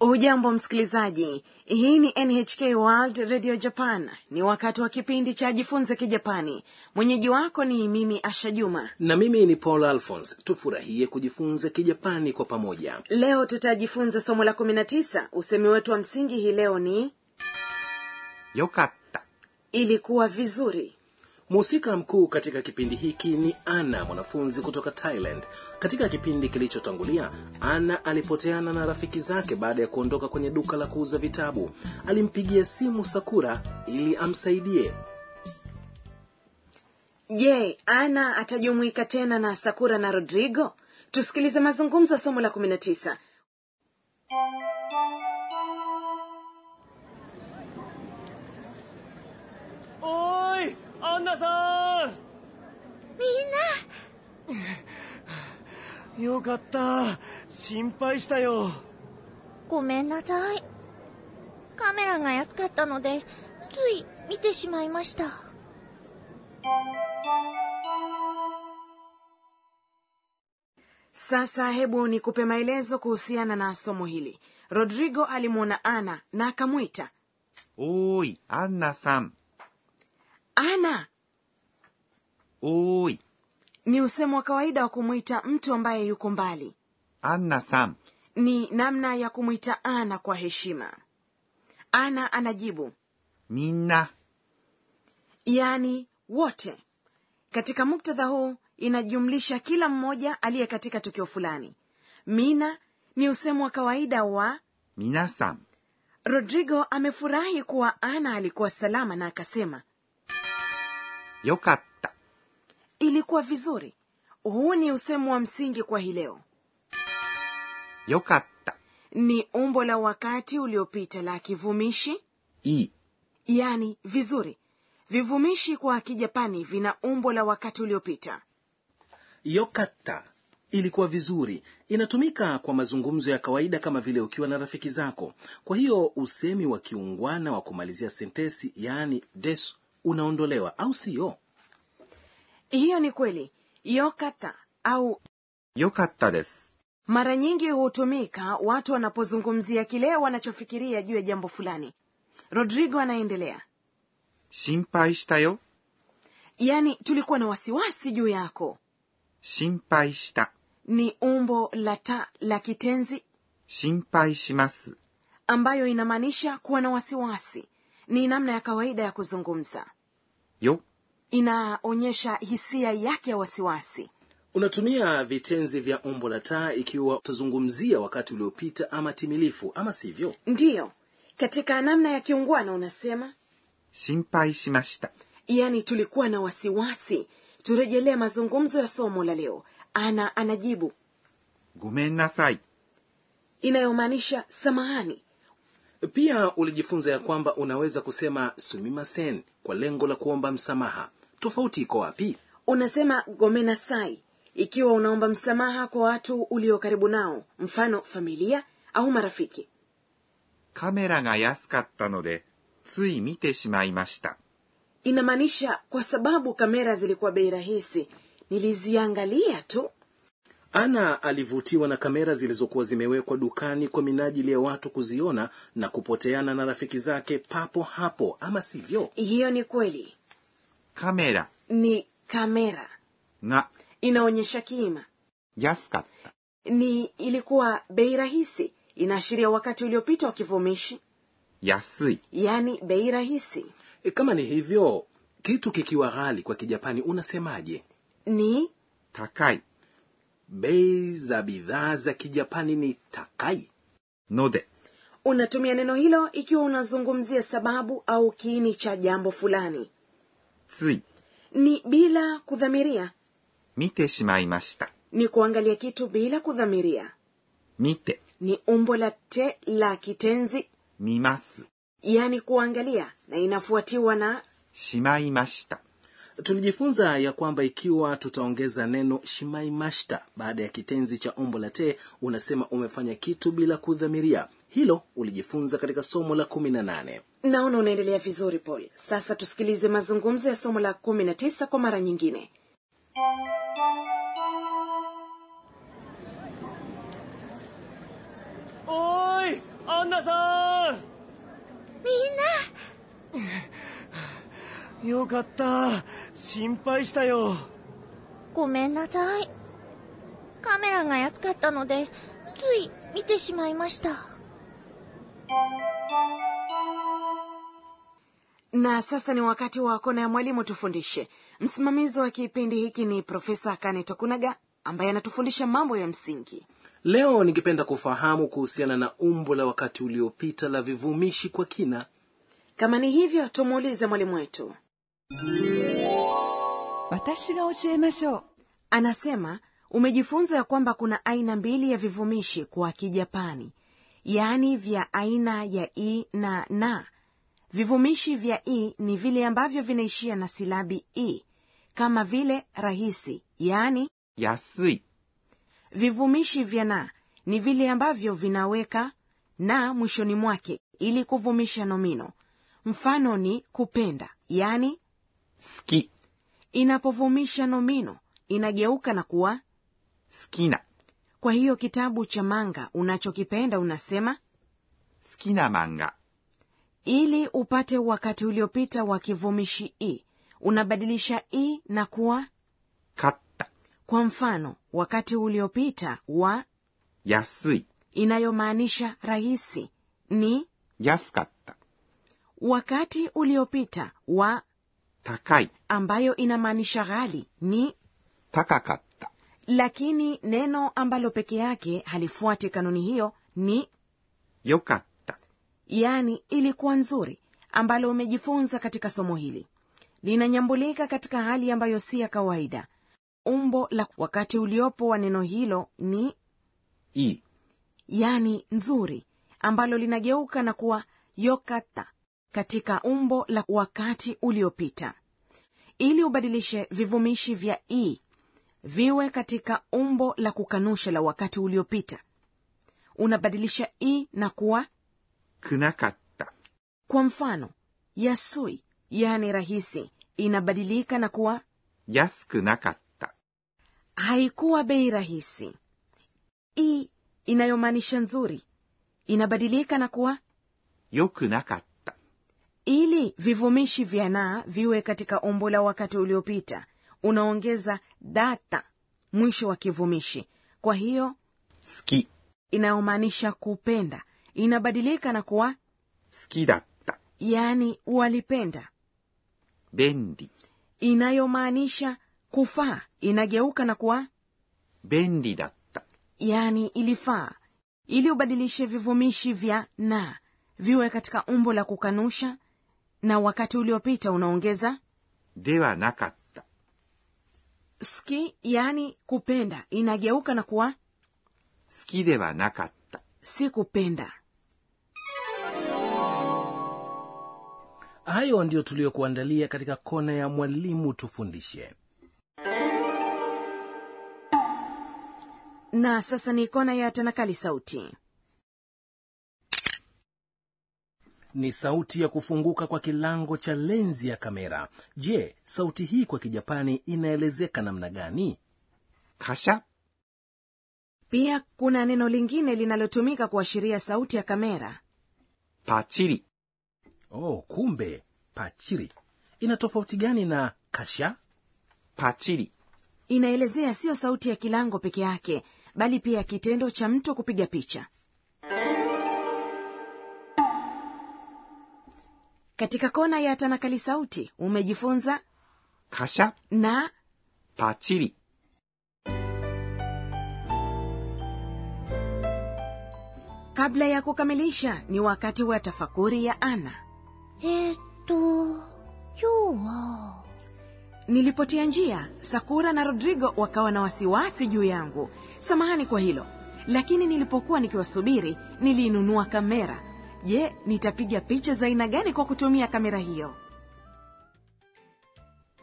hujambo msikilizaji hii ni nhk world radio japan ni wakati wa kipindi cha jifunze kijapani mwenyeji wako ni mimi asha juma na mimi ni paul alphons tufurahie kujifunza kijapani kwa pamoja leo tutajifunza somo la 19 usemi wetu wa msingi hii leo ni よかった ilikuwa vizuri mhusika mkuu katika kipindi hiki ni ana mwanafunzi kutoka thailand katika kipindi kilichotangulia ana alipoteana na rafiki zake baada ya kuondoka kwenye duka la kuuza vitabu alimpigia simu sakura ili amsaidie je ana atajumuika tena na sakura na rodrigo tusikilize mazungumzo ya somo la 19おーいアンナさんみんなよかった心配したよごめんなさいカメラが安かったのでつい見てしまいました sasa hebu nikupe maelezo kuhusiana na somo hili rodrigo alimwona ana na akamwita おーいアンナさん ana おーい ni usemo wa kawaida wa kumwita mtu ambaye yuko mbali アンナさん ni namna ya kumwita ana kwa heshima ana anajibu みんな yaani wote katika muktadha huu inajumlisha kila mmoja aliye katika tukio fulani mina ni usemo wa kawaida wa 皆さん rodrigo amefurahi kuwa ana alikuwa salama na akasema よかった ilikuwa vizuri huu ni usemo wa msingi kwa hii leo よかった ni umbo la wakati uliopita la kivumishi いい yaani vizuri vivumishi kwa kijapani vina umbo la wakati uliopita yokata ilikuwa vizuri inatumika kwa mazungumzo ya kawaida kama vile ukiwa na rafiki zako kwa hiyo usemi wa kiungwana wa kumalizia sentesi yaani des unaondolewa au siyo hiyo ni kweli yokata au よかったです mara nyingi hutumika watu wanapozungumzia kile wanachofikiria juu ya jambo fulani rodrigo anaendelea 心配したよ yaani tulikuwa na wasiwasi juu yako 心配した ni umbo la ta la kitenzi 心配します ambayo inamaanisha kuwa na wasiwasi ni namna ya kawaida ya kuzungumza よ inaonyesha hisia yake ya wasiwasi unatumia vitenzi vya umbo la taa ikiwa utazungumzia wakati uliopita ama timilifu ama sivyo ndiyo katika namna ya kiungwana unasema 心配しました yaani tulikuwa na wasiwasi turejelee mazungumzo ya somo la leo ana anajibu ごめんなさい inayomaanisha samahani pia ulijifunza ya kwamba unaweza kusema sumimasen kwa lengo la kuomba msamaha tofauti iko wapi unasema gomenasai ikiwa unaomba msamaha kwa watu ulio karibu nao mfano familia au marafiki カメラが安かったのでつい見てしまいました inamaanisha kwa sababu kamera zilikuwa bei rahisi niliziangalia tu ana alivutiwa na kamera zilizokuwa zimewekwa dukani kwa minajili ya watu kuziona na kupoteana na rafiki zake papo hapo ama sivyo hiyo ni kweli カメラ ni kamera が inaonyesha kiima 安かった ni ilikuwa bei rahisi inaashiria wakati uliopita wa kivumishi 安い yaani bei rahisi e, kama ni hivyo kitu kikiwa ghali kwa kijapani unasemaje ni 高い bei za bidhaa za kijapani ni takai ので unatumia neno hilo ikiwa unazungumzia sababu au kiini cha jambo fulani つい ni bila kudhamiria 見てしまいました ni kuangalia kitu bila kudhamiria 見て ni umbo la te la kitenzi 見ます yaani kuangalia na inafuatiwa na しまいました tulijifunza ya kwamba ikiwa tutaongeza neno shimaimashita baada ya kitenzi cha umbo la te unasema umefanya kitu bila kudhamiria hilo ulijifunza katika somo la kumi na nane naona unaendelea vizuri paul sasa tusikilize mazungumzo ya somo la 19 kwa mara nyingine おーいアンナさみんな、んよかった心配したよごめんなさい。カメラが安かったので、つい見てしまいました。 na sasa ni wakati wa kona ya mwalimu tufundishe msimamizi wa kipindi hiki ni profesa kane tokunaga ambaye anatufundisha mambo ya msingi leo ningependa kufahamu kuhusiana na umbo la wakati uliopita la vivumishi kwa kina kama ni hivyo tumuulize mwalimu wetu 私が教えましょう anasema umejifunza ya kwamba kuna aina mbili ya vivumishi kwa kijapani yaani vya aina ya i na na vivumishi vya i ni vile ambavyo vinaishia na silabi i kama vile rahisi yaani 安い、 vivumishi vya na ni vile ambavyo vinaweka na mwishoni mwake ili kuvumisha nomino mfano ni kupenda yaani 好き、好 inapovumisha nomino inageuka na kuwa きな、 kwa hiyo kitabu cha manga unachokipenda unasema 好きな漫画、 ili upate wakati uliopita wa kivumishi i unabadilisha i na kuwa 買った、 kwa mfano wakati uliopita wa 安い、 inayomaanisha rahisi ni 安かった、 wakati uliopita wa 高い、 ambayo inamaanisha ghali ni 高かった、 lakini neno ambalo peke yake halifuati kanuni hiyo ni 良かった、 yani ilikuwa nzuri ambalo umejifunza katika somo hili linanyambulika katika hali ambayo si ya kawaida umbo la wakati uliopo wa neno hilo ni いい、 yani nzuri ambalo linageuka na kuwa yokata katika umbo la wakati uliopita ili ubadilishe vivumishi vya i viwe katika umbo la kukanusha la wakati uliopita unabadilisha i na kuwa くなかった、 kwa mfano yasui yani rahisi inabadilika na kuwa 安くなかった、 haikuwa bei rahisi i inayomaanisha nzuri inabadilika na kuwa 良くなかった、 ili vivumishi vya na viwe katika umbo la wakati uliopita unaongeza data mwisho wa kivumishi kwa hiyo 好き、好 inayomaanisha kupenda inabadilika na kuwa きだった、 yani walipenda 便利、 inayomaanisha kufaa inageuka na kuwa 便利だった、 yani ilifaa ili ubadilishe vivumishi vya na viwe katika umbo la kukanusha na wakati uliopita unaongeza ではなかった、 ski yani kupenda inageuka na kuwa 好きではなかった、 si kupenda hayo ndiyo tuliyokuandalia katika kona ya mwalimu tufundishe na sasa ni kona ya tanakali sauti ni sauti ya kufunguka kwa kilango cha lenzi ya kamera je sauti hii kwa kijapani inaelezeka namna gani カシャ、 pia kuna neno lingine linalotumika kuashiria sauti ya kamera パチリ、 oh kumbe pachiri ina tofauti gani na kasha パチリ、 inaelezea siyo sauti ya kilango peke yake bali pia kitendo cha mtu kupiga picha katika kona ya tanakali sauti umejifunza カシャ、 na パチリ、 kabla ya kukamilisha ni wakati wa tafakuri ya ana えーっと、今日は、 nilipotia njia sakura na rodrigo wakawa na wasiwasi juu yangu samahani kwa hilo lakini nilipokuwa nikiwasubiri niliinunua kamera je nitapiga picha za aina gani kwa kutumia kamera hiyo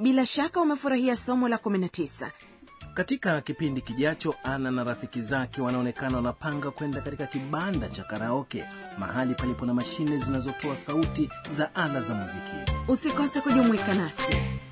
bila shaka umefurahia somo la 19 katika kipindi kijacho ana na rafiki zake wanaonekana wanapanga kwenda katika kibanda cha karaoke mahali palipo na mashine zinazotoa sauti za ala za muziki usikose kujumuika nasi